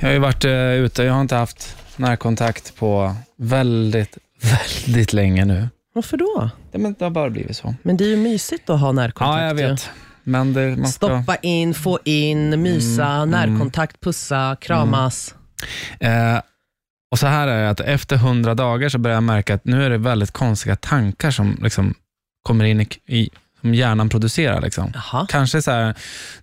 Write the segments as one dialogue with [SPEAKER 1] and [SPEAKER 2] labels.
[SPEAKER 1] Jag har ju varit eh, ute, jag har inte haft närkontakt på väldigt, väldigt länge nu.
[SPEAKER 2] Varför då?
[SPEAKER 1] Det, men det har bara blivit så.
[SPEAKER 2] Men det är ju mysigt att ha närkontakt.
[SPEAKER 1] Ja, jag
[SPEAKER 2] ju.
[SPEAKER 1] vet. Men det, man ska, Mm,
[SPEAKER 2] Stoppa in, få in, mysa, närkontakt, pussa, kramas.
[SPEAKER 1] eh, och så här är det, att efter hundra dagar så börjar jag märka att nu är det väldigt konstiga tankar som liksom kommer in i, i som hjärnan producerar. Liksom.
[SPEAKER 2] Jaha.
[SPEAKER 1] Kanske så här,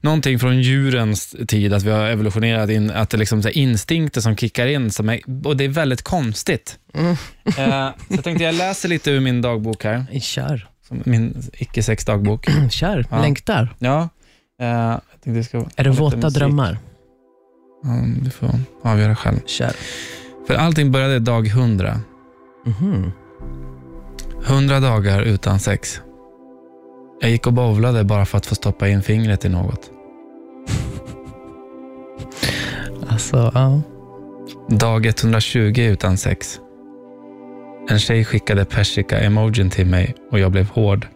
[SPEAKER 1] någonting från djurens tid, att vi har evolutionerat in, att det liksom så här instinkter som kickar in, som är, och det är väldigt konstigt. Eh, så jag tänkte jag läser lite ur min dagbok här.
[SPEAKER 2] Mm. Kör.
[SPEAKER 1] som min icke-sex-dagbok.
[SPEAKER 2] Kör.
[SPEAKER 1] Ja.
[SPEAKER 2] Längtar.
[SPEAKER 1] Ja, eh, jag tänkte det ska
[SPEAKER 2] Är det
[SPEAKER 1] lite
[SPEAKER 2] våta
[SPEAKER 1] musik.
[SPEAKER 2] drömmar?
[SPEAKER 1] Ja, du får avgöra själv.
[SPEAKER 2] Kör.
[SPEAKER 1] För allting började dag 100.
[SPEAKER 2] Mhm.
[SPEAKER 1] 100 dagar utan sex. Jag gick och bowlade bara för att få stoppa in fingret i något.
[SPEAKER 2] Alltså, ja.
[SPEAKER 1] Dag 120 utan sex. En tjej skickade persika-emojin till mig och jag blev hård.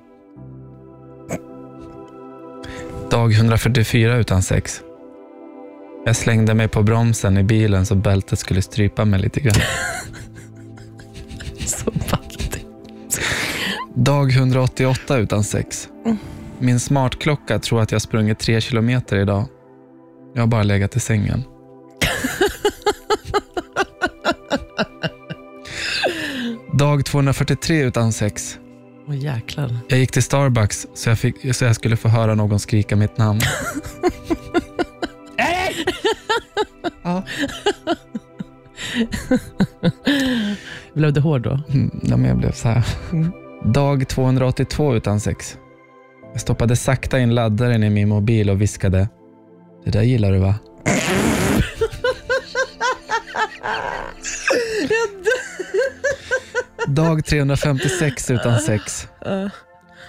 [SPEAKER 1] Dag 144 utan sex. Jag slängde mig på bromsen i bilen så bältet skulle strypa mig lite grann.
[SPEAKER 2] Så fattig.
[SPEAKER 1] Dag 188 utan sex. Min smartklocka tror att jag sprungit tre kilometer idag. Jag har bara legat i sängen. Dag 243 utan sex.
[SPEAKER 2] Åh jäklar.
[SPEAKER 1] Jag gick till Starbucks så jag, fick, så jag skulle få höra någon skrika mitt namn. ja,
[SPEAKER 2] Blev du hård då?
[SPEAKER 1] mm, ja, men jag blev så här. Dag 282 utan sex. Jag stoppade sakta in laddaren i min mobil och viskade. Det där gillar du va? Dag 356 utan sex.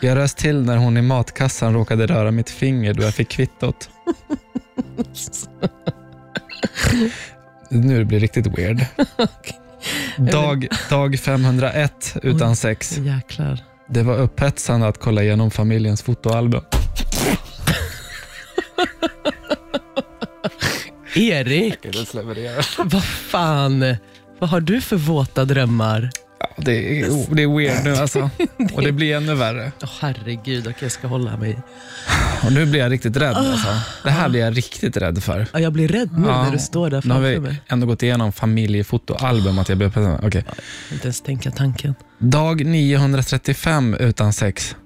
[SPEAKER 1] Jag röst till när hon i matkassan råkade röra mitt finger då jag fick kvittot. Nu blir det riktigt weird. Dag, dag 501 utan sex.
[SPEAKER 2] Åh, Jäklar.
[SPEAKER 1] Det var upphetsande att kolla igenom familjens fotoalbum.
[SPEAKER 2] Erik, vad fan. Vad har du för våta drömmar?
[SPEAKER 1] Ja, det, är, oh, det är weird nu alltså. Och det blir ännu värre.
[SPEAKER 2] Åh herregud, okej jag ska hålla mig.
[SPEAKER 1] Och nu blir jag riktigt rädd alltså. Det här blir jag riktigt rädd för.
[SPEAKER 2] Ja, jag blir rädd nu
[SPEAKER 1] Ja,
[SPEAKER 2] när du står där
[SPEAKER 1] Nu har
[SPEAKER 2] framför
[SPEAKER 1] vi
[SPEAKER 2] mig.
[SPEAKER 1] ändå gått igenom familjefotoalbum. Att jag blir upphetsande. Okej.
[SPEAKER 2] Inte ens tänka tanken.
[SPEAKER 1] Dag 935 utan sex.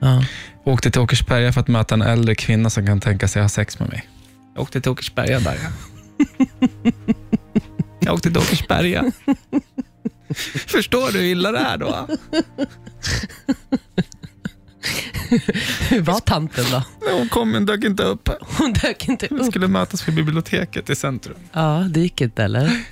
[SPEAKER 2] Ja.
[SPEAKER 1] Åkte till Åkersberga för att möta en äldre kvinna som kan tänka sig ha sex med mig. Jag åkte till Åkersberga där ja. Jag åkte till Åkersberga. Förstår du hur illa det är då?
[SPEAKER 2] Hur var tanten då?
[SPEAKER 1] Hon kom men dök inte upp.
[SPEAKER 2] Hon dök inte
[SPEAKER 1] Vi
[SPEAKER 2] upp.
[SPEAKER 1] skulle mötas vid biblioteket i centrum.
[SPEAKER 2] Ja, det gick inte eller?